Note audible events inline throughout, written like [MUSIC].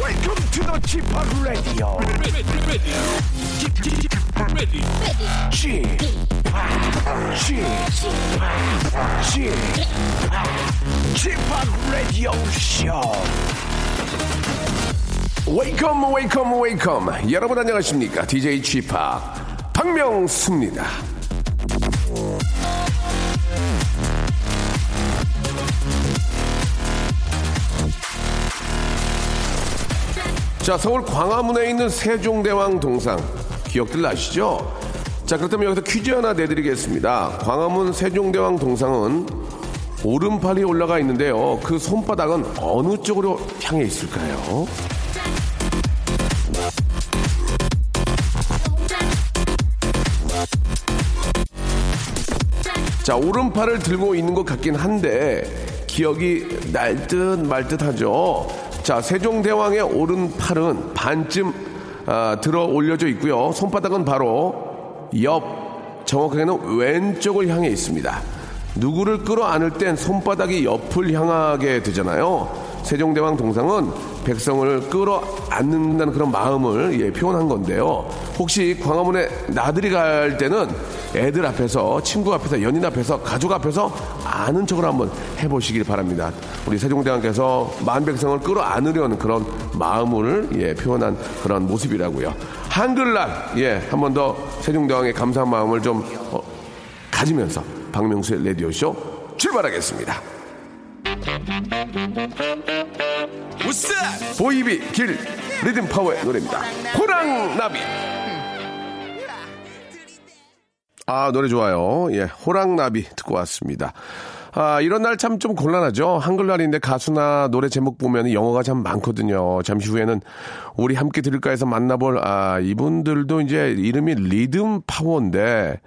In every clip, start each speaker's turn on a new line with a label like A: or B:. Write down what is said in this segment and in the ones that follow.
A: Welcome to the Chip Radio. Chip Chip Chip Radio Show.
B: 웨이컴 웨이컴 웨이컴 여러분 안녕하십니까 DJ 지팍 박명수입니다 자 서울 광화문에 있는 세종대왕 동상 기억들 아시죠? 자 그렇다면 여기서 퀴즈 하나 내드리겠습니다 광화문 세종대왕 동상은 오른팔이 올라가 있는데요 그 손바닥은 어느 쪽으로 향해 있을까요? 자 오른팔을 들고 있는 것 같긴 한데 기억이 날 듯 말 듯하죠. 자 세종대왕의 오른팔은 반쯤 아, 들어 올려져 있고요. 손바닥은 바로 옆 정확하게는 왼쪽을 향해 있습니다. 누구를 끌어안을 땐 손바닥이 옆을 향하게 되잖아요. 세종대왕 동상은 백성을 끌어안는다는 그런 마음을 예, 표현한 건데요. 혹시 광화문에 나들이 갈 때는 애들 앞에서, 친구 앞에서, 연인 앞에서, 가족 앞에서 아는 척을 한번 해보시길 바랍니다. 우리 세종대왕께서 만 백성을 끌어안으려는 그런 마음을 예, 표현한 그런 모습이라고요. 한글날, 예, 한 번 더 세종대왕의 감사한 마음을 좀 어, 가지면서 박명수의 라디오쇼 출발하겠습니다. 보이비 길 리듬 파워의 노래입니다. 호랑나비. 아 노래 좋아요. 예, 호랑나비 듣고 왔습니다. 아 이런 날 참 좀 곤란하죠. 한글날인데 가수나 노래 제목 보면 영어가 참 많거든요. 잠시 후에는 우리 함께 들을까해서 만나볼 아 이분들도 이제 이름이 리듬 파워인데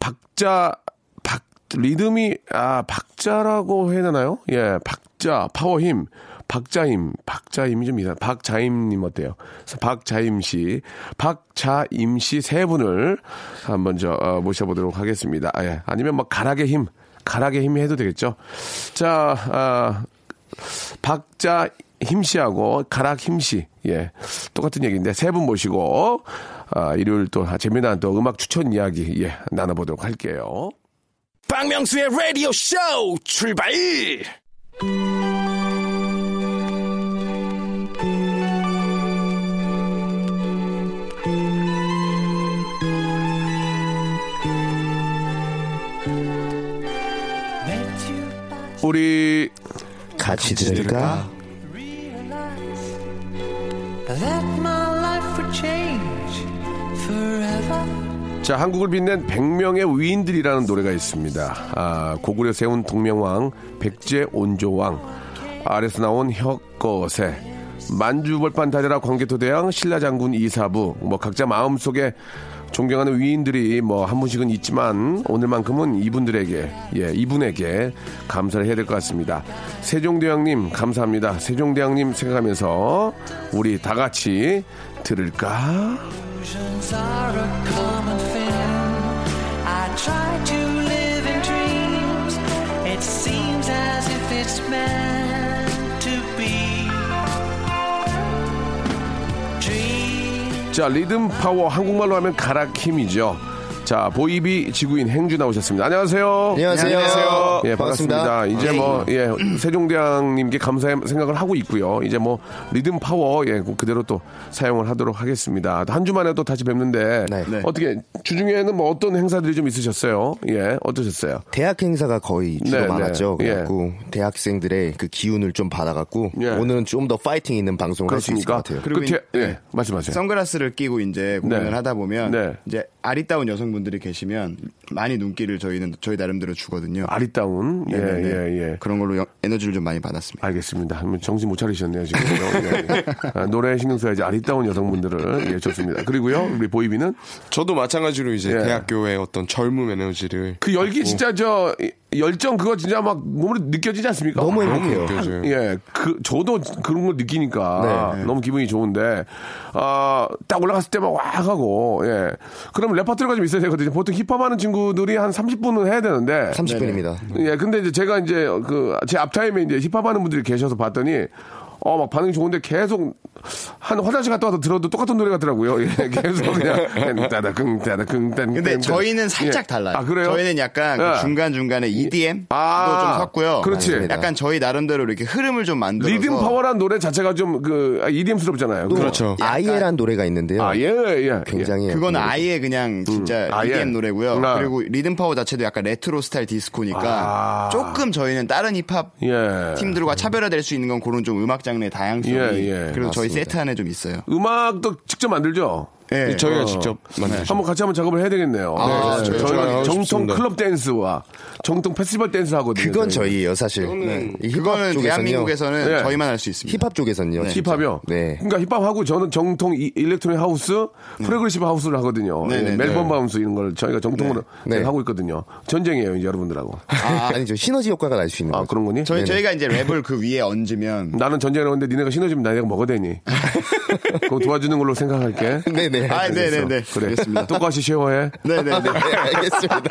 B: 박자 박 리듬이 아 박자라고 해야 되나요? 예, 박자 파워 힘 박자임 박자임이 좀 이상 박자임님 어때요? 그래서 박자임 씨 박자임 씨 세 분을 한번 저 어, 모셔보도록 하겠습니다. 아, 예. 아니면 뭐 가락의 힘 가락의 힘이 해도 되겠죠? 자 아, 박자 힘씨하고 가락 힘씨 예 똑같은 얘기인데 세 분 모시고 아, 일요일 또 재미난 또 음악 추천 이야기 예 나눠보도록 할게요.
A: 박명수의 라디오 쇼 출발.
B: 우리
C: 같이 들을까?
D: that my life would change forever.
B: 자 한국을 빛낸 100명의 위인들이라는 노래가 있습니다. 아, 고구려 세운 동명왕, 백제 온조왕, 아래서 나온 혁거세, 만주벌판 다려라 광개토대왕, 신라장군 이사부, 뭐 각자 마음속에 존경하는 위인들이 뭐 한 분씩은 있지만 오늘만큼은 이분들에게 예 이분에게 감사를 해야 될 것 같습니다. 세종대왕님 감사합니다. 세종대왕님 생각하면서 우리 다 같이 들을까?
D: Illusions are a common thing. I try to live in dreams. It seems as if it's meant to be. Dream.
B: 자 리듬 파워 한국말로 하면 가락힘이죠. 자 보이비 지구인 행주 나오셨습니다. 안녕하세요.
C: 안녕하세요. 안녕하세요.
B: 예 반갑습니다. 이제 뭐 예 세종대왕님께 감사의 생각을 하고 있고요. 이제 뭐 리듬 파워 예 그대로 또 사용을 하도록 하겠습니다. 한 주만에 또 다시 뵙는데
C: 네. 네.
B: 어떻게 주중에는 뭐 어떤 행사들이 좀 있으셨어요? 예 어떠셨어요?
C: 대학 행사가 거의 주로
B: 네, 네.
C: 많았죠.
B: 예.
C: 그래갖고 대학생들의 그 기운을 좀 받아갖고
B: 예.
C: 오늘은 좀 더 파이팅 있는 방송을 할 수 있을
B: 그렇습니까?
C: 것 같아요.
B: 그리고
E: 인-
B: 예
E: 네.
B: 말씀하세요.
E: 선글라스를 끼고 이제 공연을
B: 네.
E: 하다 보면
B: 네.
E: 이제 아리따운 여성분들이 계시면 많이 눈길을 저희는 저희 나름대로 주거든요.
B: 아리따운. 예,
E: 네네네.
B: 예, 예.
E: 그런 걸로 여- 에너지를 좀 많이
B: 음,
E: 받았습니다.
B: 알겠습니다. 한번 정신 못 차리셨네요, 지금. 예, 예. 아, 노래 신경 써야지 아리따운 여성분들을. 예, 좋습니다. 그리고요, 우리 보이비는
F: 저도 마찬가지로 이제
B: 예.
F: 대학교의 어떤 젊음 에너지를
B: 그 열기 진짜 저 이- 열정 그거 진짜 막 몸으로 느껴지지 않습니까?
C: 너무
B: 아,
C: 행복해요.
F: 느껴져요.
B: 예, 그 저도 그런 걸 느끼니까
C: 네.
B: 너무 기분이 좋은데 아딱 올라갔을 때 막 왁 하고 예. 그럼 레퍼토리가 좀 있어야 되거든요. 보통 힙합하는 친구들이 한 30분은 해야 되는데
C: 30분입니다.
B: 예, 근데 이제 제가 이제 그 제 앞타임에 이제 힙합하는 분들이 계셔서 봤더니 어 막 반응이 좋은데 계속 한 화장실 갔다 와서 들어도 똑같은 노래 같더라고요. 예, [LAUGHS] 계속 그냥 따다긍 따다긍 딴.
E: 근데 저희는 살짝
B: 예.
E: 달라요.
B: 아 그래요?
E: 저희는 약간
B: 예.
E: 그 중간중간에 EDM도
B: 아,
E: 좀 섞고요.
B: 그렇지.
E: 맞습니다. 약간 저희 나름대로 이렇게 흐름을 좀 만들어서
B: 리듬 파워란 노래 자체가 좀 그 EDM스럽잖아요.
F: 그렇죠.
C: 아이에란 노래가 있는데요.
B: 아, 예, 예. 예.
C: 굉장히
E: 그건 아예 그냥 진짜
B: 음. 아예.
E: EDM 노래고요.
B: 네.
E: 그리고 리듬 파워 자체도 약간 레트로 스타일 디스코니까
B: 아.
E: 조금 저희는 다른 힙합
B: 예.
E: 팀들과 차별화될 수 있는 건 그런 좀 음악 장르의 다양성이
B: 예, 예.
E: 그리고 저희
C: 맞습니다.
E: 세트 안에 좀 있어요.
B: 음악도 직접 만들죠?
E: 예.
F: 저희가 직접 만들죠.
B: 한번 같이 한번 작업을 해야 되겠네요.
E: 아,
B: 네,
E: 네.
B: 저희가
F: 하고
B: 정통
F: 싶습니다.
B: 클럽 댄스와 정통 페스티벌 댄스 하거든요.
C: 그건
B: 저희가.
C: 저희예요, 사실. 이 힙합
E: 그거는
C: 쪽에서는요.
E: 대한민국에서는
B: 예.
E: 저희만 할 수 있습니다.
C: 힙합 쪽에서는요. 진짜.
B: 힙합이요?
C: 네.
B: 그러니까 힙합하고 저는 정통 이- 일렉트로닉 하우스, 프로그레시브 하우스를 하거든요.
E: 음. 네,
B: 예,
E: 네,
B: 멜번 바운스 이런 걸 저희가 정통으로
C: 네.
B: 지금
C: 네.
B: 하고 있거든요. 전쟁이에요, 이제 여러분들하고.
C: [LAUGHS] 아, 아니죠. 시너지 효과가 날 수 있는
E: [LAUGHS]
B: 아,
C: 거죠.
B: 그런 거니?
E: 저희, 저희가 이제 랩을 그 위에 얹으면
B: [LAUGHS] 나는 전쟁이라고 했는데 니네가 신어주면 나 내가
E: [LAUGHS]
B: 먹어대니. 그럼 도와주는 걸로 생각할게.
C: 네네.
E: 아, 네네네.
B: 그래.
E: 알겠습니다.
B: 똑같이 쉐어해.
E: 네네네.
C: 네, 알겠습니다.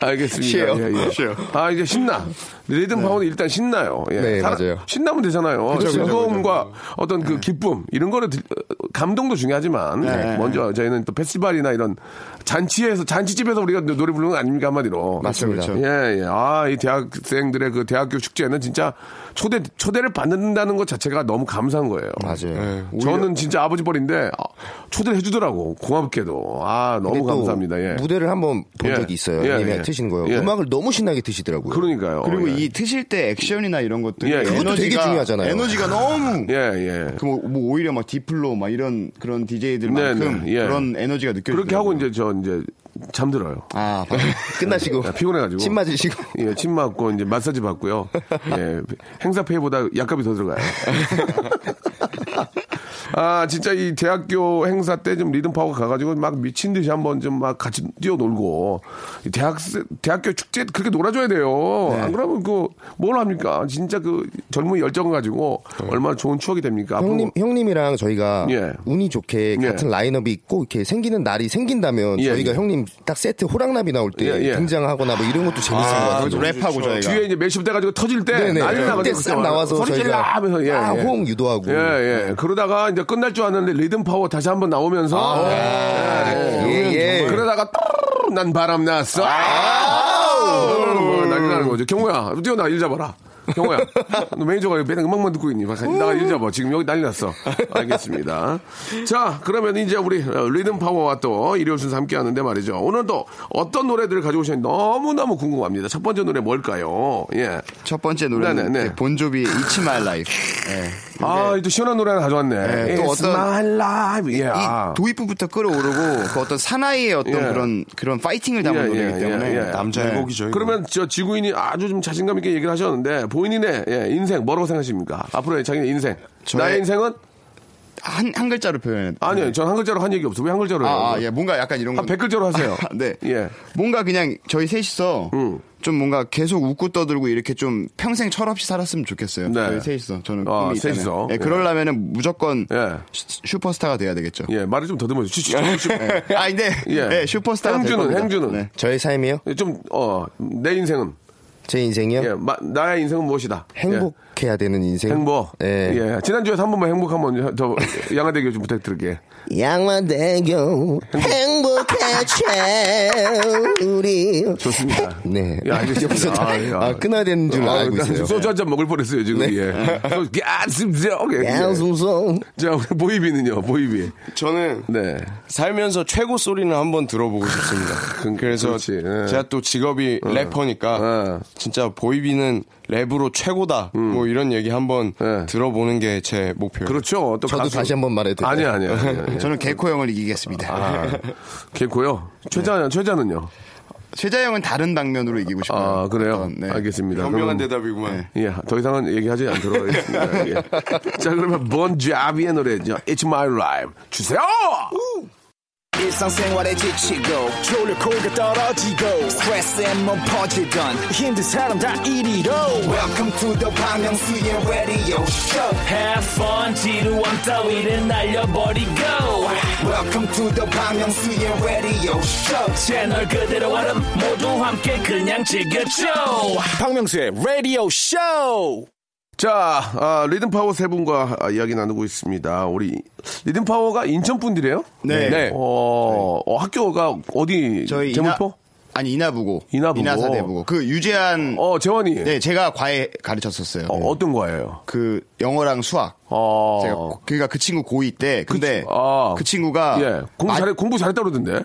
B: 알겠습니다.
C: 쉬어요.
B: 예, 예.
E: 쉬어요.
B: 아 이제 신나. 리듬 파워는 일단 신나요. 예.
C: 네,
B: 사람-
C: 맞아요.
B: 신나면 되잖아요.
E: 그죠, 그죠,
B: 즐거움과 어떤
C: 네.
B: 그 기쁨 이런 거를 들- 어, 감동도 중요하지만
E: 네.
B: 먼저 저희는 또 페스티벌이나 이런 잔치에서 잔치집에서 우리가 노래 부르는 거 아닙니까 한마디로.
C: 맞습니다.
E: 그렇죠.
B: 예, 예. 아, 이 대학생들의 그 대학교 축제는 진짜 초대, 초대를 받는다는 것 자체가 너무 감사한 거예요. 네.
C: 맞아요.
B: 저는 진짜 아버지 벌인데 아, 초대를 해주더라고. 고맙게도. 아, 너무
C: 근데 또
B: 감사합니다. 예.
C: 무대를 한번 본
B: 예.
C: 적이 있어요.
B: 예,
C: 왜냐면
B: 예.
C: 트신 거예요.
B: 예.
C: 음악을 너무 신나게 트시더라고요.
B: 그러니까요.
E: 그리고
B: 예.
E: 이 트실 때 액션이나 이런 것들
B: 예, 예.
C: 그것도 되게 중요하잖아요.
E: 그러니까 에너지가 너무
B: 예, 예.
C: 아,
E: 그 뭐, 뭐 오히려 막 디플로 막 이런 그런 DJ들만큼
B: 네, 네, 예.
E: 그런 에너지가 느껴져요.
B: 그렇게 하고 이제 저 이제 잠들어요.
E: 아,
C: 끝나시고
B: 피곤해가지고.
C: 침
B: [LAUGHS]
C: 맞으시고
B: 예, 침 맞고 이제 마사지
C: [LAUGHS]
B: 받고요. 예, 행사 페이보다 약값이 더 들어가요. 아, 진짜 이 대학교 행사 때 좀 리듬 파워 가가지고 막 미친 듯이 한번 좀 막 같이 뛰어놀고 이 대학 대학교 축제 그렇게 놀아줘야 돼요.
C: 네.
B: 안 그러면 그 뭘 합니까? 진짜 그 젊은 열정 가지고 얼마나 좋은 추억이 됩니까? 앞으로
C: 네. 형님 형님이랑 저희가
B: 뭐. 예.
C: 운이 좋게
B: 예.
C: 같은 라인업이 있고 이렇게 생기는 날이 생긴다면
B: 예,
C: 저희가
B: 예.
C: 형님 딱 세트 호랑나비 나올 때
B: 예, 예.
C: 등장하거나 뭐 이런 것도 재밌을 것
E: 아,
C: 같아요.
E: 거기서 랩하고 저희가
B: 뒤에 이제 메시브 돼가지고 터질 때
C: 네. 네네.
B: 난리 나가지고
C: 그때 싹 나와서
B: 소리 질러
C: 저희가
B: 하면서 예, 예.
C: 아, 호응 유도하고.
B: 예, 예. 그러다가 이제 끝날 줄 아는데 리듬 파워 다시 한번 나오면서 아, 예,
C: 예, 예.
B: 그러다가 또 난 바람 났어. 아우! 뭐 난리 나는 거죠. 경호야, 뛰어나 일 잡아라. [LAUGHS] 경호야, 너 매니저가 여기 맨날 음악만 듣고 있니? 박사님, 나가 일 잡아. 지금 여기 난리 났어. 알겠습니다. 자, 그러면 이제 우리 어, 리듬 파워와 또 일요일 순서 함께 하는데 말이죠. 오늘도 어떤 노래들을 가져오셨는지 너무너무 궁금합니다. 첫 번째 노래 뭘까요? 예.
E: 첫 번째 노래는
B: 네, 네, 네.
E: 이제 본조비의 It's My Life. 예.
B: 아, 또 시원한 노래 하나 가져왔네.
E: 예, 또
B: It's
E: 어떤-
B: my life. 예. 아.
E: 이 도입부부터 끌어오르고 그 어떤 사나이의 어떤
B: 예.
E: 그런 그런 파이팅을 담은
B: 예,
E: 노래이기
B: 예,
E: 때문에
B: 예, 예.
F: 남자의 곡이죠. 이거.
B: 그러면 저 지구인이 아주 좀 자신감 있게 얘기를 하셨는데 본인의 예, 인생 뭐라고 생각하십니까? 앞으로의 자기의 인생.
E: 저의-
B: 나의 인생은
E: 한, 한 글자로 표현해.
B: 아니요. 전 한 글자로 한 얘기 없어. 왜 한 글자로 해요?
E: 아, 아, 예, 뭔가 약간 이런
B: 한
E: 건-
B: 100글자로 하세요.
E: 아, [LAUGHS] 네.
B: 예.
E: 뭔가 그냥 저희 셋이서
B: 음.
E: 좀 뭔가 계속 웃고 떠들고 이렇게 좀 평생 철없이 살았으면 좋겠어요.
B: 네.
E: 저희 셋이서 저는
B: 아,
E: 꿈이 있잖아요.
B: 셋이서.
E: 예, 그러려면은 무조건
B: 예.
E: 슈- 슈퍼스타가 돼야 되겠죠.
B: 예, 말을 좀 더듬어 주시죠.
E: [LAUGHS]
B: 예.
E: 아, 근데
B: 예.
E: 예. 슈퍼스타가 될
B: 행주는
E: 겁니다.
B: 행주는
E: 네.
C: 저의 삶이요?
B: 좀 어, 내 인생은
C: 제 인생이요?
B: 예, 마- 나의 인생은 무엇이다? 예.
C: 행복해야 되는 인생.
B: 행복.
E: 네.
C: 예.
B: 예. 지난주에서 한 번만 행복 한번 더 양아대교 좀 부탁드릴게.
C: 양화대교 행복해져 우리.
B: 좋습니다.
C: [LAUGHS] 네.
B: 예, 알겠습니다. 아, 예.
C: 아, 끊어야 되는 줄
B: 아,
C: 알고
B: 나
C: 있어요. 네.
B: 소주 한 잔 먹을 뻔했어요 지금. 예. 소주- 야, 진짜. 오케이.
C: 야,
B: 예.
C: 숨송.
B: 자, 우리 보이비는요. 보이비.
F: 저는
B: 네.
F: 살면서 최고 소리는 한번 들어보고
G: [LAUGHS]
F: 싶습니다.
B: 그-
F: 그래서
B: 그렇지, 예.
F: 제가 또 직업이
G: 어.
F: 래퍼니까
B: 예.
F: 진짜 보이비는 랩으로 최고다.
G: 음.
F: 뭐 이런 얘기 한번
B: 예.
F: 들어보는 게 제 목표예요.
B: 그렇죠. 또
C: 저도
B: 가수-
C: 다시 한번 말해도 돼요?
B: 아니 아니요.
E: 네.
B: 예. 아니요, 아니요.
E: 저는 개코 형을 이기겠습니다.
C: 네.
B: 아, 걔고요. 최자 최자는요.
E: [LAUGHS] 최자 형은 다른 방면으로 이기고 싶어요.
B: 아, 그래요?
E: 어떤, 네.
B: 알겠습니다.
F: 현명한
B: 그럼-
F: 대답이구만.
B: 예, 더 이상은 얘기하지 않도록 하겠습니다.
C: [LAUGHS]
B: 예. 자, 그러면 본 자비의 노래죠. It's My Life 주세요.
A: 일상생활에 지치고, 졸려 코가 떨어지고, 스트레스에 몸 퍼지던, 힘든 사람 다 이리로. welcome to the Bang Myung-soo's radio show
D: Have fun 지루한 따위를 날려버리고
A: welcome to the Bang Myung-soo's radio show
D: 채널 그대로 와름 모두 함께 그냥 즐겨줘
A: 박명수의 radio show
B: 자, 아, 리듬 파워 세 분과 아, 이야기 나누고 있습니다. 우리 리듬 파워가 인천 분들이에요?
E: 네.
B: 어, 어, 학교가 어디?
E: 저희
B: 제물포?
E: 이나, 아니 이나부고
B: 이나부고.
E: 이나사대부고 그 유재한
B: 어, 재원이.
E: 네 제가 과외 가르쳤었어요.
B: 어, 어떤 거예요?
E: 그 영어랑 수학
B: 어.
E: 제가 고- 그러니까 그 친구 고2 때 근데
B: 치-
E: 그,
B: 아.
E: 친구가
B: 예, 공부
E: 마-
B: 잘해 공부 잘했다 그러던데.
E: 네.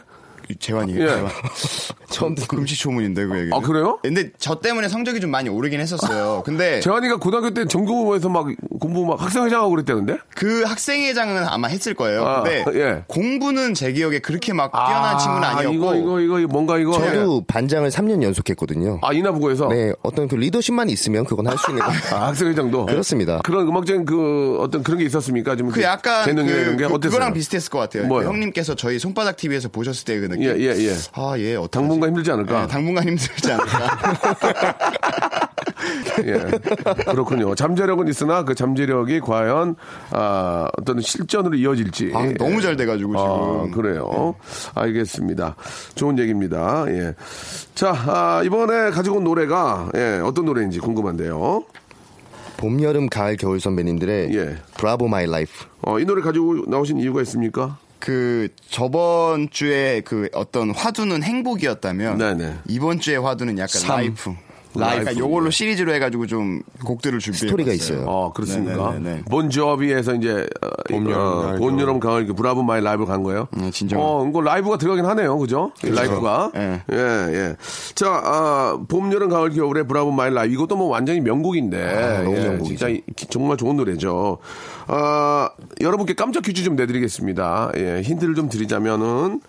E: 재환이에요.
B: 예. [LAUGHS]
E: 재환. 처음 금시초문인데 그 얘기.
B: 아, 그래요? 아,
E: 근데 저 때문에 성적이 좀 많이 오르긴 했었어요. 근데
B: 재환이가 고등학교 때 전교에서 막 공부 막 학생회장하고 그랬다는데?
E: 그 학생회장은 아마 했을 거예요.
B: 아,
E: 근데
B: 예.
E: 공부는 제 기억에 그렇게 막 뛰어난 친구는 아니었고
B: 이거 이거 이거 이거 뭔가 이거
C: 저도 반장을 3년 연속했거든요.
B: 예. 아 이나부고에서
C: 네, 어떤 그 리더십만 있으면 그건 할 수
B: [LAUGHS]
C: 있는 거.
B: 아, 학생회장도
C: 그렇습니다.
B: 그런 음악적인 그 어떤 그런 게 있었습니까? 좀
E: 그 약간 그,
B: 재능이나 이런 게
E: 그,
B: 어땠어요?
E: 그거랑 비슷했을 것 같아요.
B: 뭐요?
E: 그 형님께서 저희 손바닥 TV에서 보셨을 때 그 느낌.
B: 예, 예, 예.
E: 아, 예, 어떡하지?
B: 당분간 힘들지 않을까?
E: 예, 당분간 힘들지
B: [LAUGHS]
E: 않을까?
B: 예. 그렇군요. 잠재력은 있으나 그 잠재력이 과연 아, 어떤 실전으로 이어질지.
E: 아, 너무 잘 돼가지고
B: 아,
E: 지금. 네.
B: 그래요. 알겠습니다. 좋은 얘기입니다. 예. 자, 아, 이번에 가지고 온 노래가 예, 어떤 노래인지 궁금한데요.
C: 봄, 여름, 가을, 겨울 선배님들의
B: 예.
C: 브라보 마이 라이프.
B: 어, 이 노래 가지고 나오신 이유가 있습니까?
E: 그 저번 주에 그 어떤 화두는 행복이었다면
B: 네네.
E: 이번 주에 화두는 약간 라이프.
B: 라이프.
E: 그러니까 요걸로 시리즈로 해가지고 좀 곡들을 준비해
C: 스토리가 있어요.
B: 어, 그렇습니까?
E: 네네네.
B: 본 조비에서 이제 어,
F: 봄, 여름,
B: 어,
F: 가을,
B: 본
F: 겨울.
B: 여름 가을 그 브라보 마이 라이브 간 거예요.
E: 음, 진정.
B: 어, 이거 라이브가 들어가긴 하네요. 그죠? 라이브가.
E: 예.
B: 예, 예. 자, 아, 봄 여름 가을 겨울의 브라보 마이 라이브 이것도 뭐 완전히 명곡인데.
C: 너무
B: 예,
C: 명곡이죠.
B: 진짜 이- 정말 좋은 노래죠. 아, 여러분께 깜짝 퀴즈 좀 내드리겠습니다. 예, 힌트를 좀 드리자면은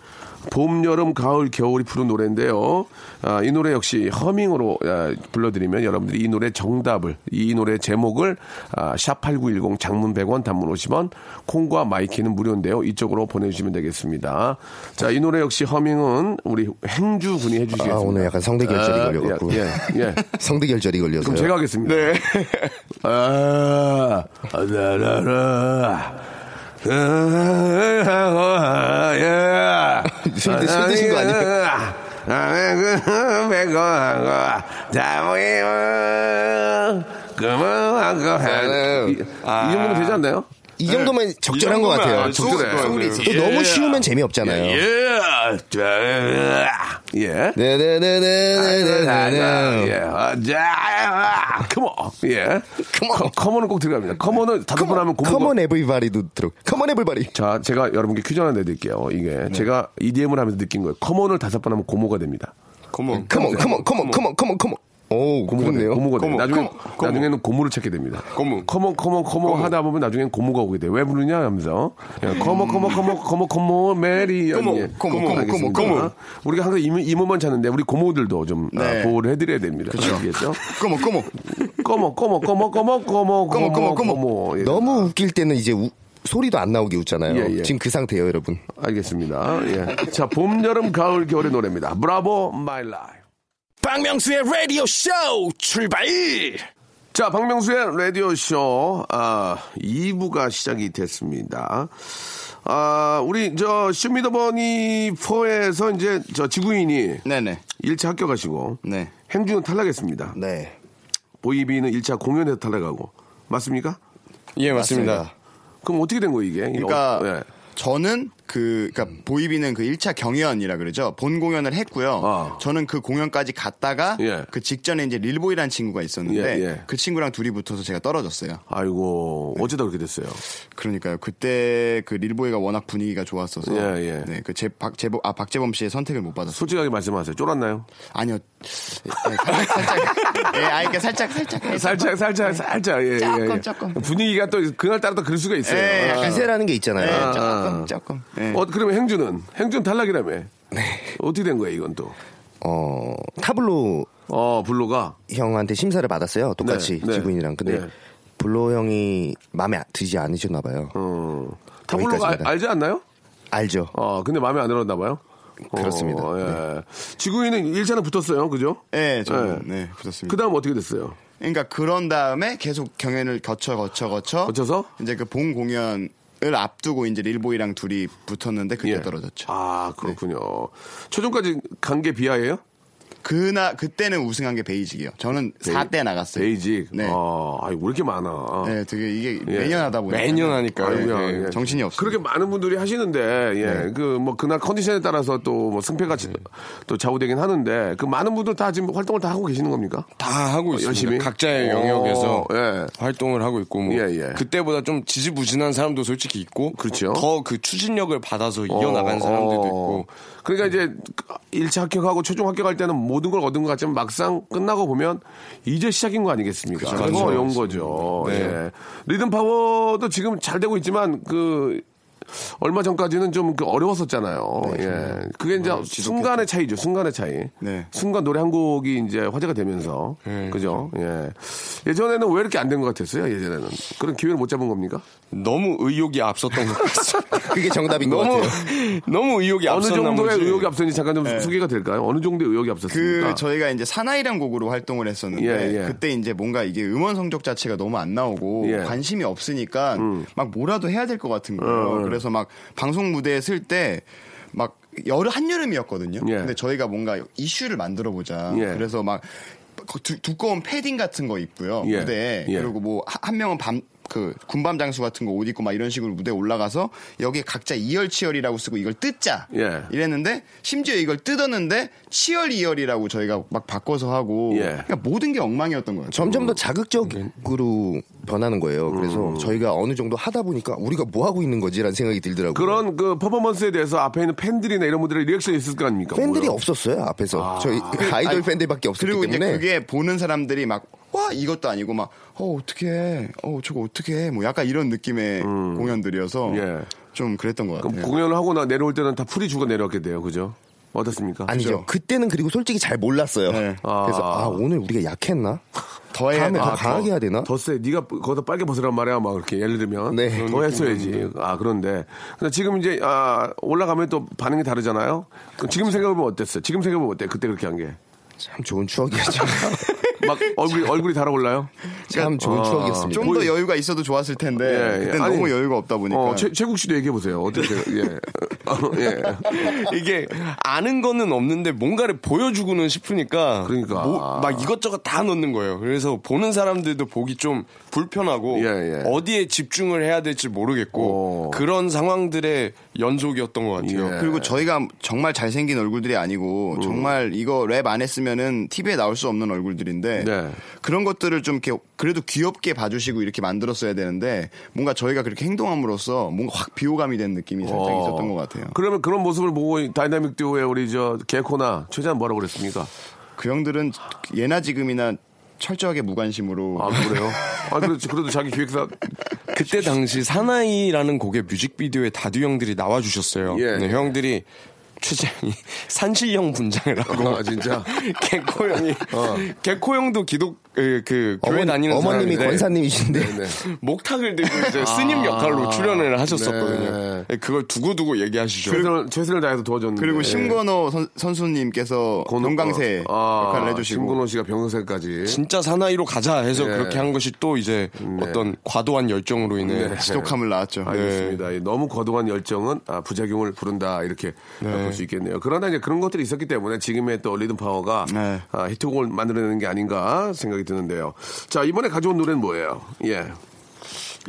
B: 봄, 여름, 가을, 겨울이 부른 노래인데요. 아, 이 노래 역시 허밍으로 아, 불러드리면 여러분들이 이 노래 정답을, 이 노래 제목을 아, 샵8910 장문 100원, 단문 50원, 콩과 마이키는 무료인데요. 이쪽으로 보내주시면 되겠습니다. 자, 이 노래 역시 허밍은 우리 행주 군이 해주시겠습니다.
C: 아, 오늘 약간 성대 결절이
B: 아,
C: 걸려갖고.
B: 예, 예, 예.
C: [LAUGHS] 성대 결절이 걸려서.
B: 그럼 제가 하겠습니다. 네. [LAUGHS] 아, 라라라. 아, 예.
C: [LAUGHS] 술 드- 술 드신 거 아니에요?
B: 아, 예. 아, 예.
C: 아,
B: 이 정도면 되지 않나요?
C: 이 정도면
B: 예,
C: 적절한
F: 정도면
C: 것 같아요.
F: 아, 적절해요.
C: 또
F: 소울이 있어요.
C: 너무 쉬우면 재미없잖아요.
B: 예. 예.
C: 네, 네네네네네네.
B: 예. 아, 자, 컴온. 예. 컴온. 컴온은 꼭 들어갑니다. 컴온은 다섯 번 하면 뭐- 고문.
C: 컴온 에브리바디도 들어. 컴온 에브리바디.
B: 자, 제가 여러분께 퀴즈 하나 내드릴게요. 이게
F: 네.
B: 제가 EDM을 하면서 느낀 거예요. 컴온을 다섯 번 하면 고모가 됩니다.
E: 예.
F: 컴온.
C: 컴온 컴온 컴온 컴온 컴온 컴온. 오,
B: 고모가 돼요.
C: Oh, 그렇네요.
B: 고모가 돼요.
F: 고모,
B: 나중에
F: 고모,
B: 나중에는 고모를 찾게 됩니다.
F: 고모.
B: 컴온 컴온 컴온 하다 보면 나중엔 고모가 오게 돼요. 왜 부르냐 하면서 예, 컴온 컴온 컴온 컴온 컴온
F: [LAUGHS]
B: 메리
F: 고모,
B: 예,
F: 고모, 고모,
B: 알겠습니다.
F: 고모, 고모.
B: 우리가 항상 이모, 이모만 찾는데 우리 고모들도 좀 아,
E: 네.
B: 보호를 해드려야 됩니다. 그렇죠. [LAUGHS]
E: 꼬모 꼬모.
B: 꼬모 꼬모 꼬모 꼬모
F: [LAUGHS]
B: 꼬모
E: 꼬모, 꼬모, 꼬모.
B: 예.
C: 너무 웃길 때는 이제 우- 소리도 안 나오게 웃잖아요.
B: 예, 예.
C: 지금 그 상태예요, 여러분.
B: 알겠습니다. 예. 자, 봄, 여름, 가을, 겨울의 노래입니다. 브라보 마이 라이프.
A: 박명수의 radio show 출발
B: 자, 박명수의 라디오쇼, 아, 2부가 시작이 됐습니다. 아, 우리, 저, 쇼미더머니 4에서 이제, 저, 지구인이
E: 네네.
B: 1차 합격하시고,
E: 네.
B: 행주는 탈락했습니다.
C: 네.
B: 보이비는 1차 공연에서 탈락하고, 맞습니까?
F: 예, 맞습니다.
B: 그럼 어떻게 된 거예요, 이게? 이게
E: 그러니까
B: 어- 예.
E: 저는 그 그러니까 보이비는 그 1차 경연이라 그러죠. 본 공연을 했고요.
B: 아.
E: 저는 그 공연까지 갔다가
B: 예.
E: 그 직전에 이제 릴보이라는 친구가 있었는데
B: 예, 예.
E: 그 친구랑 둘이 붙어서 제가 떨어졌어요.
B: 아이고, 어쩌다 그렇게 됐어요.
E: 그러니까요. 그때 그 릴보이가 워낙 분위기가 좋았어서
B: 예, 예.
E: 네, 그 제 박재범 아 박재범 씨의 선택을 못 받았어요.
B: 솔직하게 말씀하세요. 쫄았나요?
E: 아니요. 예, 살짝 살짝. 예, 아 이렇게 살짝 살짝.
B: 살짝, 살짝, 살짝. 예, 예, 예.
E: 네. 조금, 조금.
B: 분위기가 또 그날따라 또 그럴 수가 있어요.
E: 예,
B: 아.
E: 약간
C: 기세라는 게 있잖아요.
E: 예, 조금 조금. 예.
B: 어, 그러면 행주는? 행주는 탈락이라며. 어떻게 된 거야, 이건 또?
C: 어 타블로
B: 어, 블로가.
C: 형한테 심사를 받았어요. 똑같이
B: 네, 네.
C: 지구인이랑. 근데
B: 네.
C: 블로 형이 마음에 아- 드지 않으셨나 봐요.
B: 음. 타블로가 알,
C: 여기까지입니다.
B: 알지 않나요?
C: 알죠.
B: 어, 근데 마음에 안 들었나 봐요.
C: 그렇습니다.
B: 어, 예. 지구인은 일차는 붙었어요. 그죠?
E: 네, 저는 네, 붙었습니다.
B: 예. 그다음 어떻게 됐어요?
E: 그러니까 그런 다음에 계속 경연을 거쳐 거쳐 거쳐
B: 거쳐서?
E: 이제 그 본 공연을 앞두고 이제 릴보이랑 둘이 붙었는데 그때
B: 예.
E: 떨어졌죠.
B: 아, 그렇군요. 최종까지 간 게 비하예요?
E: 그나 그때는 우승한 게 베이직이요. 저는 사 4대 나갔어요.
B: 베이직.
E: 네.
B: 아, 아이, 왜 이렇게 많아?
E: 네, 되게 이게
B: 예.
E: 매년 하다 보니까
F: 매년 하니까.
B: 아이고야,
F: 예.
B: 예.
E: 정신이 없어요.
B: 그렇게 많은 분들이 하시는데, 예, 그 뭐 그날 컨디션에 따라서 또 뭐 승패가 지- 또 좌우되긴 하는데, 그 많은 분들 다 지금 활동을 다 하고 계시는 겁니까?
F: 다 하고 있습니다.
B: 어, 열심히?
F: 각자의
B: 오,
F: 영역에서
B: 예.
F: 활동을 하고 있고 뭐
B: 예, 예.
F: 그때보다 좀 지지부진한 사람도 솔직히 있고
B: 그렇죠.
F: 더 그 추진력을 받아서 이어나간 사람들도
B: 어,
F: 있고
B: 그러니까 이제 일차 합격하고 최종 합격할 때는 모든 걸 얻은 것 같지만 막상 끝나고 보면 이제 시작인 거 아니겠습니까?
F: 그렇죠.
B: 그거 어려운
F: 맞습니다.
B: 거죠.
F: 네.
B: 예. 리듬 파워도 지금 잘 되고 있지만 그 얼마 전까지는 좀그 어려웠었잖아요.
F: 네,
B: 예. 그게 이제 순간의 차이죠. 순간의 차이.
E: 네.
B: 순간 노래 한 곡이 이제 화제가 되면서.
F: 네.
B: 그죠? 예. 예전에는 왜 이렇게 안 된 것 같았어요? 예전에는. 그런 기회를 못 잡은 겁니까?
F: 너무 의욕이 앞섰던 것
B: [LAUGHS]
F: 같습니다.
C: 그게 정답인 것
F: [LAUGHS] 너무
C: 같아요.
F: 너무 의욕이
B: 어느
F: 앞선
B: 정도의
F: 나머지
B: 의욕이 앞서는지 잠깐 좀 소개가 될까요? 어느 정도의 의욕이
E: 그
B: 앞섰습니까?
E: 저희가 이제 사나이란 곡으로 활동을 했었는데
B: 예, 예.
E: 그때 이제 뭔가 이게 음원 성적 자체가 너무 안 나오고
B: 예. 음.
E: 관심이 없으니까 막 뭐라도 해야 될 것 같은 거예요.
B: 어,
E: 그래서 막 방송 무대에 쓸 때 막 여름 한여름이었거든요.
B: 예.
E: 근데 저희가 뭔가 이슈를 만들어 보자.
B: 예.
E: 그래서 막 두, 두꺼운 패딩 같은 거 입고요.
B: 예.
E: 무대에
B: 예.
E: 그리고 뭐 한 명은 밤 그 군밤 장수 같은 거 옷 입고 막 이런 식으로 무대 에 올라가서 여기에 각자 이열치열이라고 쓰고 이걸 뜯자
B: 예.
E: 이랬는데 심지어 이걸 뜯었는데 치열 이열이라고 저희가 막 바꿔서 하고
B: 예.
E: 그러니까 모든 게 엉망이었던 거예요.
C: 점점 더 자극적으로 변하는 거예요. 그래서 저희가 어느 정도 하다 보니까 우리가 뭐 하고 있는 거지라는 생각이 들더라고요.
B: 그런 그 퍼포먼스에 대해서 앞에 있는 팬들이나 이런 분들의 리액션이 있을 거 아닙니까?
C: 팬들이
B: 뭐요?
C: 없었어요 앞에서 저희 아이돌
E: 아니,
C: 팬들밖에 없었기
E: 그리고
C: 때문에
E: 이제 그게 보는 사람들이 막 와 이것도 아니고 막 어 어떻게 어 저거 어떻게 뭐 약간 이런 느낌의 공연들이어서
B: 음. 예.
E: 좀 그랬던 것
B: 그럼
E: 같아요.
B: 공연을 하고 나 내려올 때는 다 풀이 주고 내려왔게 돼요. 그죠? 어떻습니까?
C: 아니죠. 그때는 그리고 솔직히 잘 몰랐어요.
E: 네.
C: [LAUGHS] 그래서 아 오늘 우리가 약했나?
E: 더해-
C: 다음에 더
E: 아,
C: 강하게 해야 되나?
B: 더 세. 네가 거기서 빨개 벗으란 말이야. 막 이렇게 예를 들면
C: 네.
B: 더 했어야지. 아 그런데 근데 지금 이제 아, 올라가면 또 반응이 다르잖아요. 그럼 지금 생각해보면 어땠어요? 지금 생각해보면 어때? 그때 그렇게 한 게.
C: 참 좋은 추억이었죠.
B: 막 얼굴이 얼굴이 달아올라요?
C: [LAUGHS] 참 좋은 추억이었습니다.
E: 좀 더 여유가 있어도 좋았을 텐데
B: 뭐, 예, 예.
E: 그때
B: 아니,
E: 너무 여유가 없다 보니까
B: 어, 최, 최국 씨도 얘기해 보세요. 어떻게
E: [LAUGHS]
B: 예. 어, 예.
F: [LAUGHS] 이게 아는 거는 없는데 뭔가를 보여주고는 싶으니까
B: 그러니까.
F: 뭐- 막 이것저것 다 넣는 거예요. 그래서 보는 사람들도 보기 좀 불편하고
B: 예, 어. 예.
F: 어디에 집중을 해야 될지 모르겠고
B: 오.
F: 그런 상황들의 연속이었던 것 같아요.
B: 예. 음.
E: 그리고 저희가 정말 잘생긴 얼굴들이 아니고 정말 이거 랩 안 했으면은 TV에 나올 수 없는 얼굴들인데
B: 네.
E: 그런 것들을 좀 이렇게 그래도 귀엽게 봐주시고 이렇게 만들었어야 되는데 뭔가 저희가 그렇게 행동함으로써 뭔가 확 비호감이 된 느낌이 살짝
B: 어.
E: 있었던 것 같아요. 그,
B: 그러면 그런 모습을 보고 다이나믹 듀오의 우리 저 개코나 최재한 뭐라고 그랬습니까?
E: 형들은 예나 지금이나 철저하게 무관심으로
B: 아 그래요? 아 그래도 그래도 자기 기획사
F: 그때 당시 사나이라는 곡의 뮤직비디오에 다듀 형들이 나와주셨어요.
B: 예.
F: 네, 형들이 최장이 [LAUGHS] 산신령 분장을 하고
E: 어.
B: 아, 진짜?
F: 개코 형이 개코 형도 기독 그, 그 교회 다니는
C: 어머님이
F: 사람인데
C: 권사님이신데
B: 네,
F: 목탁을 들고 이제 스님 역할로 출연을 하셨었거든요. 예,
B: 네.
F: 그걸 두고두고 얘기하시죠.
B: 최선을 최선을 다해서 도와줬는데
E: 그
B: 예.
E: 그리고 심건호 선, 수님께서 동강세 역할을 해주시고
B: 심건호 아, 씨가 병강세까지
F: 진짜 사나이로 가자 해서
B: 네.
F: 그렇게 한 것이 또 이제 어떤 과도한 열정으로 인해
B: 네.
E: 지독함을 낳았죠.
B: 알겠습니다. 예, 너무 과도한 열정은 아, 부작용을 부른다 이렇게 볼 수 있겠네요. 그러나 이제 그런 것들이 있었기 때문에 지금의 또 리듬 파워가
E: 네.
B: 아, 히트곡을 만들어내는 게 아닌가 생각이 드는데요. 자 이번에 가져온 노래는 뭐예요? 예,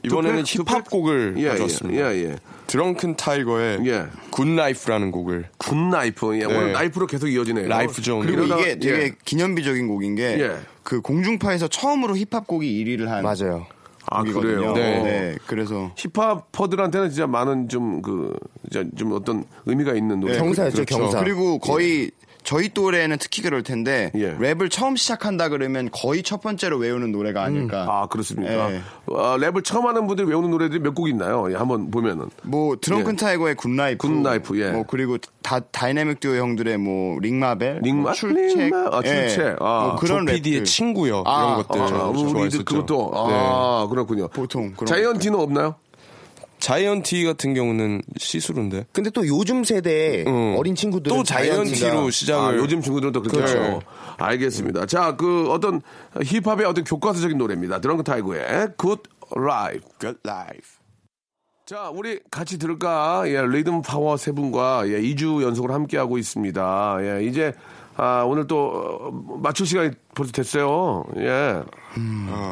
F: 이번에는
B: 두 팩- 두 팩-
F: 힙합 곡을
B: 예,
F: 네, 가져왔습니다.
B: 예, 예.
F: 드렁큰 타이거의
B: 예.
F: 굿 라이프라는 곡을
B: 굿 나이프. 예, 오늘 나이프로 계속 이어지네요.
F: 라이프죠, 오늘.
E: 그리고
B: 이러다가-
E: 이게 되게
B: 예.
E: 기념비적인 곡인 게 그
B: 예.
E: 공중파에서 처음으로 힙합곡이 1위를 한
C: 맞아요.
B: 아 그래요. 어.
E: 곡이거든요.
F: 네.
E: 네. 그래서
B: 힙합퍼들한테는 진짜 많은 좀 그 좀 어떤 의미가 있는 노래.
C: 경사였죠
B: 그렇죠.
C: 경사.
E: 그리고 어, 거의 저희 또래는 특히 그럴 텐데
B: 예.
E: 랩을 처음 시작한다 그러면 거의 첫 번째로 외우는 노래가 아닐까.
B: 아 그렇습니까?
E: 예.
B: 아, 랩을 처음 하는 분들이 외우는 노래들이 몇 곡 있나요? 예, 한번 보면은
E: 뭐 드렁큰
B: 예.
E: 타이거의 굿나이프,
B: 굿나이프, 예.
E: 뭐 그리고 다 다이내믹 듀오 형들의 뭐 링마벨,
B: 링마-
E: 뭐 출첵,
B: 링마- 아,
E: 예.
B: 출첵. 아,
E: 뭐 그런
F: 조피디의
E: 랩들.
F: 친구요
E: 아,
F: 이런 것들
B: 아,
F: 저
B: 우리
F: 좋아했었죠.
B: 그것도
F: 네.
B: 아 그렇군요.
E: 보통 그런
B: 자이언티는 없나요?
F: 자이언티 같은 경우는 시술인데
C: 근데 또 요즘 세대
F: 음.
C: 어린 친구들은
F: 또 자이언티로
B: 아,
F: 시장을
B: 요즘 친구들은 또 그렇죠.
F: 그렇죠.
B: 알겠습니다. 자, 그 어떤 힙합의 어떤 교과서적인 노래입니다. 드렁크 타이거의 Good Life. Good Life. 자, 우리 같이 들을까? 예, 리듬 파워 세 분과 예, 2주 연속으로 함께하고 있습니다. 예, 이제 아, 오늘 또 어, 맞출 시간이 벌써 됐어요. 예.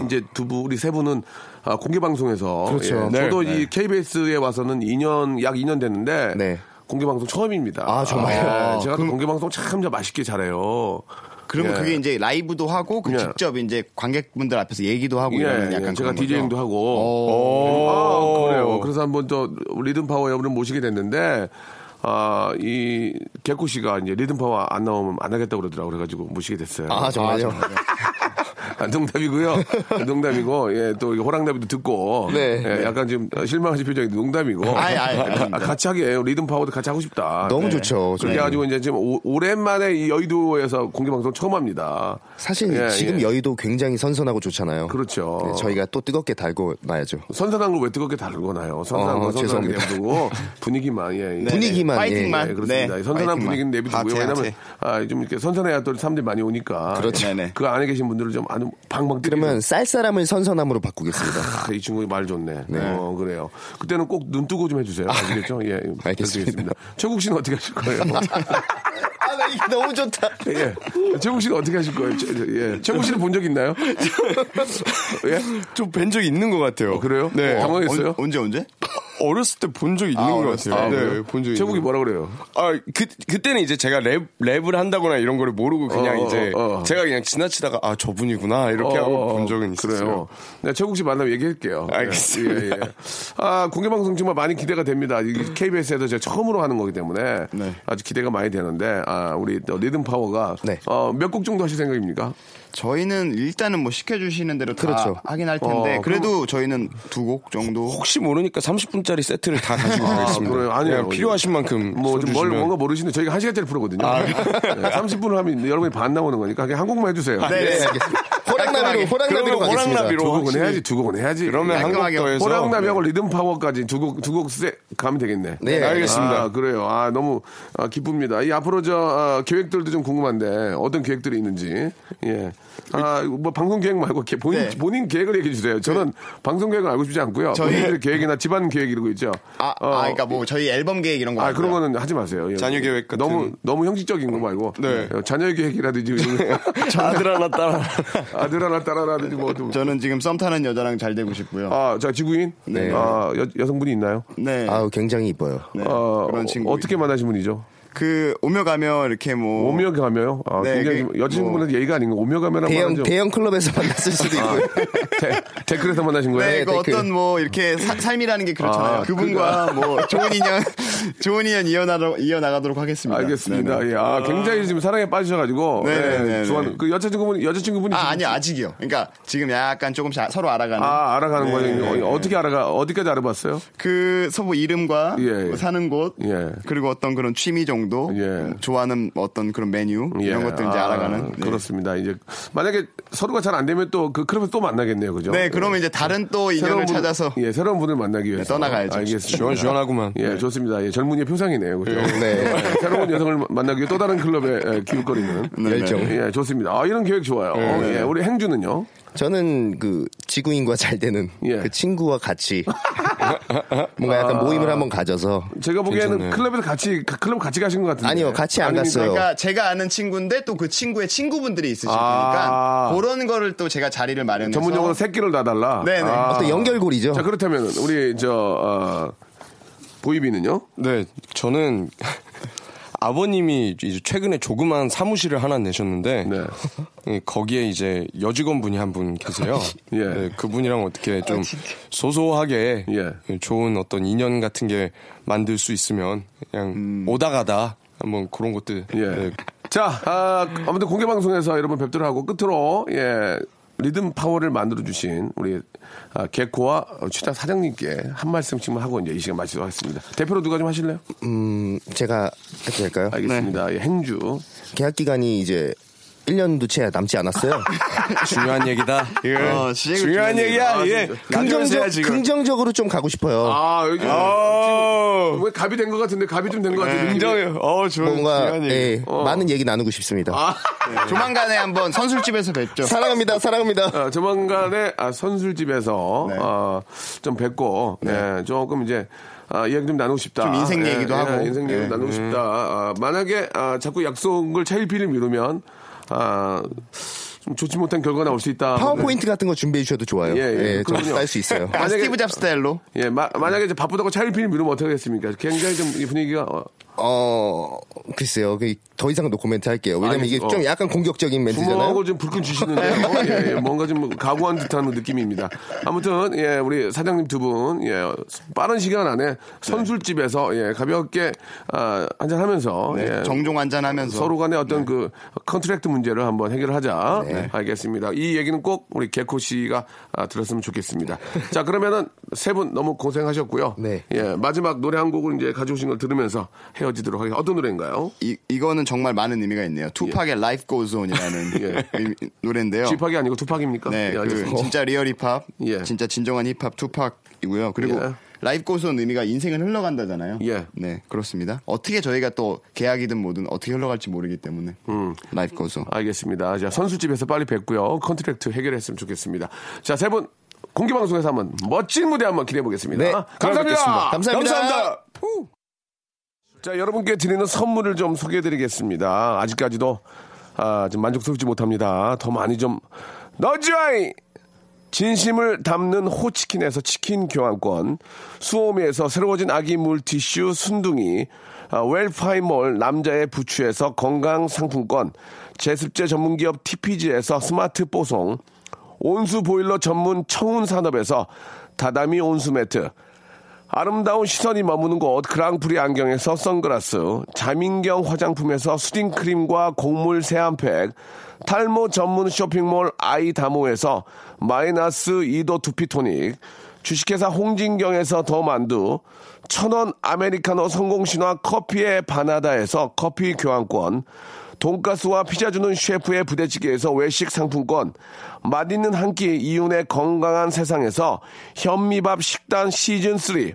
B: 이제 두 분, 우리 세 분은 아, 공개 방송에서
C: 음. 그렇죠.
B: 예, 저도
F: 네,
B: 이 KBS에 와서는 2년 약 2년 됐는데
C: 네.
B: 공개 방송 처음입니다.
C: 아, 정말요?
B: 예, 제가 또 공개 방송 참 맛있게 잘해요.
E: 그러면
B: 예.
E: 그게 이제 라이브도 하고 그
B: 예.
E: 직접 이제 관객분들 앞에서 얘기도 하고
B: 예,
E: 이러면
B: 예,
E: 약간
B: 제가
E: 그런 거죠.
B: 디제잉도 하고. 아, 그래요. 그래서 한번 저 리듬 파워 여러분을 모시게 됐는데 아, 이 개코 씨가 이제 리듬 파워 안 나오면 안 하겠다고 그러더라고 그래가지고 모시게 됐어요.
C: 아 정말요?
B: 아, 농담이고요. [LAUGHS] 농담이고, 예, 또 이거 호랑나비도 듣고,
C: 네. 예,
B: 예, 약간 지금 실망하신 표정이 농담이고,
E: 아이, 아이,
B: 아,
E: 아닙니다.
B: 같이 하게 해요. 리듬 파워도 같이 하고 싶다. 네.
C: 너무 좋죠.
B: 그렇게
C: 저는.
B: 해가지고 이제 지금 오- 오랜만에 이 여의도에서 공개 방송 처음 합니다.
C: 사실
B: 예,
C: 지금
B: 예.
C: 여의도 굉장히 선선하고 좋잖아요.
B: 그렇죠.
C: 네, 저희가 또 뜨겁게 달고 놔야죠.
B: 선선한 걸 왜 뜨겁게 다루거나요? 선선한
C: 어,
B: 건 선선하게
C: 죄송합니다. [LAUGHS]
B: 내두고 분위기만 예. 예.
E: 네네.
C: 분위기만,
E: 파이팅만
B: 예, 그렇습니다.
E: 네,
B: 선선한
E: 파이팅만.
B: 분위기는 내비두고
E: 하체,
B: 왜냐면
E: 하체.
B: 아, 좀 이렇게 선선해야 또 사람들이 많이 오니까
C: 그렇죠.
E: 네네.
B: 그 안에 계신 분들을 좀 안, 방방 뛰리고.
C: 그러면 쌀쌀함을
B: [LAUGHS]
C: 선선함으로 바꾸겠습니다.
B: 아, 이 친구 말 좋네. 어, 그래요. 그때는 꼭 눈 뜨고 좀 해주세요. 아시겠죠? 예, 예, 부탁드리겠습니다. 최국 씨는 어떻게 하실 거예요?
C: 아, 나 이게
B: [LAUGHS]
C: 너무 좋다.
B: 예. 최국 씨는 어떻게 하실 거예요? 최- 예. 최국 씨는 본 적 있나요? 예?
F: 좀 뵌 적이 있는 것 같아요.
B: 어, 그래요?
F: 네.
B: 당황- 당황했어요?
E: 언- 언제 언제?
F: 어렸을 때 본 적이 있는 것
E: 어렸을
F: 같아요.
B: 아,
F: 네,
B: 그래요?
F: 본 적이.
B: 최국이
F: 있는 것
B: 뭐라 그래요?
F: 같아요. 아, 그 그때는 이제 제가 랩 랩을 한다거나 이런 거를 모르고 그냥
B: 어, 어,
F: 이제
B: 어.
F: 제가 그냥 지나치다가 아 저분이구나 이렇게
B: 어,
F: 하고
B: 어,
F: 본 적은
B: 그래요.
F: 있어요.
B: 네, 최국 씨 만나면 얘기할게요.
F: 알겠습니다.
B: 예, 예, 예. 아, 공개방송 정말 많이 기대가 됩니다. KBS에서 제가 처음으로 하는 거기 때문에
E: 네.
B: 아주 기대가 많이 되는데, 아, 우리 또 리듬 파워가
C: 네.
B: 어, 몇 곡 정도 하실 생각입니까?
E: 저희는 일단은 뭐 시켜주시는 대로 다
C: 그렇죠.
E: 하긴 할 텐데
B: 어,
E: 그래도 저희는 두 곡 정도.
F: 혹시 모르니까 30분짜리 세트를 다 가지고
B: 그래요?
F: 가겠습니다.
B: 아니에요.
F: 그냥 필요하신 만큼
B: 뭐, 좀 뭘,
F: 써주시면. 아.
B: 뭔가 모르시는데 저희가 한시간짜리 프로거든요. 네, 30분을 하면 여러분이 반 나오는 거니까 그냥 한 곡만 해주세요.
E: 네.
C: 호랑나비로 호랑나비로
F: 그러면
C: 가겠습니다.
F: 호랑나비로.
B: 두 곡은
F: 확실히.
B: 해야지, 두 곡은 해야지.
F: 그러면
B: 야,
F: 한국
E: 깔끔하게
F: 더에서 네.
B: 호랑나비하고 리듬 파워까지 두 곡, 두곡 가면 되겠네.
C: 네,
F: 알겠습니다.
B: 아, 그래요. 아, 너무 아, 기쁩니다. 이 앞으로 저 아, 계획들도 좀 궁금한데 어떤 계획들이 있는지. 예. 아, 뭐 방송 계획 말고 개- 본인
E: 네.
B: 본인 계획을 얘기해 주세요. 저는
F: 네.
B: 방송 계획을 알고 싶지 않고요.
E: 저희-
B: 본인들의 계획이나 집안 계획 이런 거 있죠.
E: 아,
B: 어,
E: 아, 그러니까 뭐 저희 앨범 계획 이런 거.
B: 아, 그런
E: 없어요.
B: 거는 하지 마세요. 예.
F: 자녀 계획 같은-
B: 너무 너무 형식적인 거 말고
F: 네.
B: 예, 자녀 계획이라든지 요즘에
E: 네.
B: [LAUGHS]
F: 아들 하나 따라.
B: 아들 하나 딸 하나라든지 뭐 좀.
E: 저는 지금 썸 타는 여자랑 잘 되고 싶고요.
B: 아, 자 지구인.
E: 네.
B: 아, 여, 성분이 있나요?
E: 네.
C: 아우 굉장히 이뻐요.
E: 네.
B: 어,
E: 그런 친구.
B: 어떻게 만나신 분이죠?
E: 그 오며 가며 이렇게 뭐
B: 오며 가며요. 아,
E: 네,
B: 굉장히
E: 그-
B: 여자친구분은 예의가 아닌 거. 오며 가며란 말은
C: 대형
B: 좀 [LAUGHS]
C: 대형 클럽에서 만났을 수도 있고요.
B: 데- 댓글에서 만나신 거예요?
E: 네, 그
C: 댓글.
E: 어떤 뭐 이렇게 사- 삶이라는 게 그렇잖아요.
B: 아,
E: 그분과
B: [LAUGHS]
E: 뭐 좋은 인연, 좋은 인연 이어나로 이어나가도록 하겠습니다.
B: 알겠습니다.
E: 네네.
B: 예, 아, 굉장히 지금 사랑에 빠지셔가지고.
E: 네,
B: 예,
E: 네, 네,
B: 좋아하는-
E: 네.
B: 그 여자친구분, 여자친구분이. 지금-
E: 아 아니 아직이요. 그러니까 지금 약간 조금씩 아- 서로 알아가는.
B: 아, 알아가는
E: 네,
B: 거예요.
E: 네, 네.
B: 어떻게 알아가, 어디까지 알아봤어요?
E: 그 서부 이름과
B: 예, 예.
E: 사는 곳
B: 예.
E: 그리고 어떤 그런 취미 정도 음,
B: 예.
E: 좋아하는 어떤 그런 메뉴 이런
B: 예,
E: 것들 이제
B: 아,
E: 알아가는. 네.
B: 그렇습니다. 이제 만약에 서로가 잘 안 되면 또, 그, 그러면 또 만나겠네요. 그죠?
E: 네, 그러면 이제 다른 또 인연을
B: 분-
E: 찾아서 네,
B: 예, 새로운 분을 만나기 위해서.
E: 떠나가야죠. 네.
B: 알겠습니다.
F: 네. 시원시원하구만.
B: 예, 좋습니다. 예, 젊은이의 표상이네요. 그죠?
E: 음,
B: 네. 새로운 여성을 만나기 위해 또 다른 클럽에 예, 기웃거리는.
E: 네,
C: 열정.
B: 예, 좋습니다. 아, 이런 계획 좋아요. 예, 우리 행주는요?
C: 저는 그 지구인과 잘 되는
B: 예.
C: 그 친구와 같이 뭔가 약간 모임을 한번 가져서
B: 제가 보기에는
F: 괜찮네.
B: 클럽에서 같이 가- 클럽 같이 가신 것 같은데.
C: 아니요, 같이 안
B: 네. 아닙니까?
C: 갔어요.
E: 그러니까 제가 아는 친구인데 또 그 친구의 친구분들이 있으실
B: 아.
E: 테니까 그런 거를 또 제가 자리를 마련해서
B: 전문용어로 새끼를 놔달라.
E: 네네.
B: 아.
C: 어떤 연결고리죠.
B: 자 그렇다면 우리 저 어, 보이비는요?
F: 네, 저는 [LAUGHS] 아버님이 이제 최근에 조그만 사무실을 하나 내셨는데
B: 네.
F: 예, 거기에 이제 여직원분이 한 분 계세요.
B: 예.
F: 네, 그분이랑 어떻게 좀 소소하게
B: 예.
F: 좋은 어떤 인연 같은 게 만들 수 있으면 그냥 오다가다 한번 그런 것들
B: 예.
F: 네,
B: 자, 아, 아무튼 공개 방송에서 여러분 뵙도록 하고 끝으로 예 리듬 파워를 만들어 주신 우리 아, 개코와 취자 사장님께 한 말씀씩만 하고 이제 이 시간 마치도록 하겠습니다. 대표로 누가 좀 하실래요?
C: 음, 제가 해도 될까요?
B: 알겠습니다. 예, 행주.
C: 계약 기간이 이제 1년도 채
B: [LAUGHS]
C: 남지 않았어요.
F: 중요한 얘기다. 네,
E: 어, 진짜 중요한
F: 얘기야.
E: 얘기.
F: 예.
C: 긍정적, 긍정적으로 좀 가고 싶어요.
B: 아, 여기
F: 어,
B: 왜 갑이 된 것 같은데 갑이 좀 된 것 같은데.
F: 인정해요. 어, 좋은
C: 뭔가
F: 중요한 얘기.
C: 예,
B: 어.
C: 많은 얘기 나누고 싶습니다.
B: 아.
E: 네,
B: 예.
E: 조만간에 한번 선술집에서 뵙죠.
C: 사랑합니다, 사랑합니다.
B: 어, 조만간에 아, 선술집에서
E: 네.
B: 어, 좀 뵙고 예, 조금 이제 아, 이야기 좀 나누고 싶다.
E: 좀 인생
B: 예,
E: 얘기도
B: 예,
E: 하고.
B: 인생 얘기
E: 예.
B: 나누고 싶다. 아, 만약에 아, 자꾸 약속을 차일피일 미루면 아, 좀 좋지 못한 결과가 나올 수 있다.
C: 파워포인트 같은 거 준비해 주셔도 좋아요.
B: 예, 예,
C: 예, 좀
B: 그럼요.
C: 쌀
B: [LAUGHS]
C: 수 있어요.
E: 약간 스티브 잡 스타일로.
B: 예, 마- 만약에 이제 바쁘다고 차일피일 미루면 어떻게 하겠습니까? 굉장히 좀이 분위기가 어,
C: 어, 글쎄요. 그더 이상 노코멘트 할게요. 왜냐면
B: 아니,
C: 이게
B: 어.
C: 좀 약간 공격적인 멘트잖아요.
B: 부모하고 좀 불끈 주시는데요. 예, 예, 뭔가 좀 각오한 듯한 느낌입니다. 아무튼 예, 우리 사장님 두 분, 예, 빠른 시간 안에 선술집에서 예, 가볍게 아, 한잔하면서 예,
E: 네, 정종 한잔하면서.
B: 서로 간의 어떤 그 컨트랙트 문제를 한번 해결하자. 알겠습니다. 이 얘기는 꼭 우리 개코 씨가 아, 들었으면 좋겠습니다. 자, 그러면은 세 분 너무 고생하셨고요.
C: 네.
B: 예, 마지막 노래 한 곡을 이제 가져오신 걸 들으면서 헤어지도록 하겠습니다. 어떤 노래인가요?
E: 이, 이거는 정말 많은 의미가 있네요. 투팍의 Life Goes On이라는
B: 예.
E: 의미- 노래인데요.
B: 쥐팍이 아니고 투팍입니까?
E: 네,
B: 예,
E: 그
B: 알겠습니다.
E: 진짜 리얼 힙합,
B: 예.
E: 진짜 진정한 힙합 투팍이고요. 그리고
B: 예.
E: 라이프 고스온 의미가 인생은 흘러간다잖아요.
B: 예.
E: 네, 그렇습니다. 어떻게 저희가 또 계약이든 뭐든 어떻게 흘러갈지 모르기 때문에
B: 음.
E: 라이프 고스온.
B: 알겠습니다. 자, 선수집에서 빨리 뵙고요. 컨트랙트 해결했으면 좋겠습니다. 자, 세 분 공개 방송에서 한번 멋진 무대 한번 기대해 보겠습니다.
C: 네,
B: 감사합니다.
C: 감사합니다.
B: 감사합니다. 후. 자, 여러분께 드리는 선물을 좀 소개해 드리겠습니다. 아직까지도 아, 좀 만족스럽지 못합니다. 더 많이 좀 넣어줘이! 진심을 담는 호치킨에서 치킨 교환권, 수오미에서 새로워진 아기 물티슈 순둥이, 아, 웰파이몰 남자의 부추에서 건강 상품권, 제습제 전문기업 TPG에서 스마트 뽀송, 온수 보일러 전문 청운 산업에서 다다미 온수 매트, 아름다운 시선이 머무는 곳 그랑프리 안경에서 선글라스 자민경 화장품에서 수딩크림과 곡물 세안팩 탈모 전문 쇼핑몰 아이다모에서 마이너스 2도 두피토닉 주식회사 홍진경에서 더만두 천원 아메리카노 성공신화 커피의 바나다에서 커피 교환권 돈가스와 피자 주는 셰프의 부대찌개에서 외식 상품권, 맛있는 한 끼 이윤의 건강한 세상에서 현미밥 식단 시즌 3,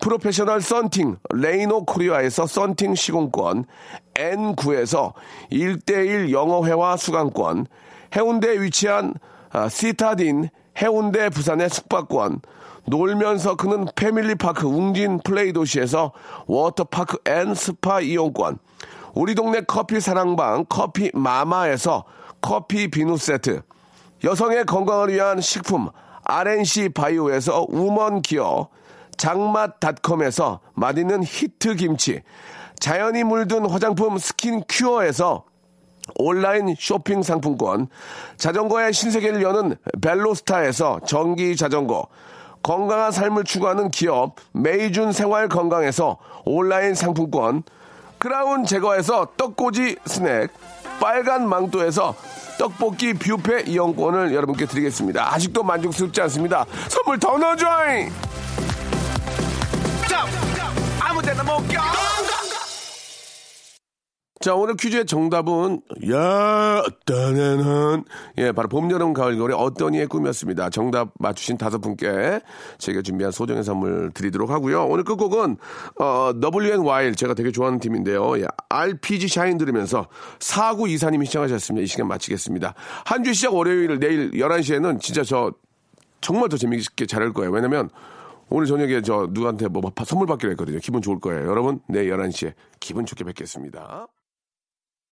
B: 프로페셔널 썬팅 레이노 코리아에서 썬팅 시공권, N9에서 1대1 영어회화 수강권, 해운대에 위치한 아, 시타딘 해운대 부산의 숙박권, 놀면서 크는 패밀리파크 웅진 플레이 도시에서 워터파크 앤 스파 이용권, 우리 동네 커피 사랑방 커피 마마에서 커피 비누 세트, 여성의 건강을 위한 식품 RNC 바이오에서 우먼 기어 장맛닷컴에서 맛있는 히트 김치 자연이 물든 화장품 스킨 큐어에서 온라인 쇼핑 상품권, 자전거의 신세계를 여는 벨로스타에서 전기 자전거, 건강한 삶을 추구하는 기업 메이준 생활 건강에서 온라인 상품권, 크라운 제거에서 떡꼬지 스낵, 빨간 망토에서 떡볶이 뷔페 이용권을 여러분께 드리겠습니다. 아직도 만족스럽지 않습니다. 선물 더 넣어줘잉! 자, 아무데나 못 껴! 자, 오늘 퀴즈의 정답은, 야, 따나는, 예, 바로 봄, 여름, 가을, 겨울의 어떤 이의 꿈이었습니다. 정답 맞추신 다섯 분께 제가 준비한 소정의 선물 드리도록 하고요 오늘 끝곡은, 어, WNYL, 제가 되게 좋아하는 팀인데요. 예, RPG 샤인 들으면서 4구 이사님이 시청하셨습니다. 이 시간 마치겠습니다. 한 주 시작 월요일 내일 11시에는 진짜 저 정말 더 재미있게 잘할 거예요. 왜냐면 오늘 저녁에 저 누구한테 뭐 바- 선물 받기로 했거든요. 기분 좋을 거예요. 여러분, 내일 11시에 기분 좋게 뵙겠습니다.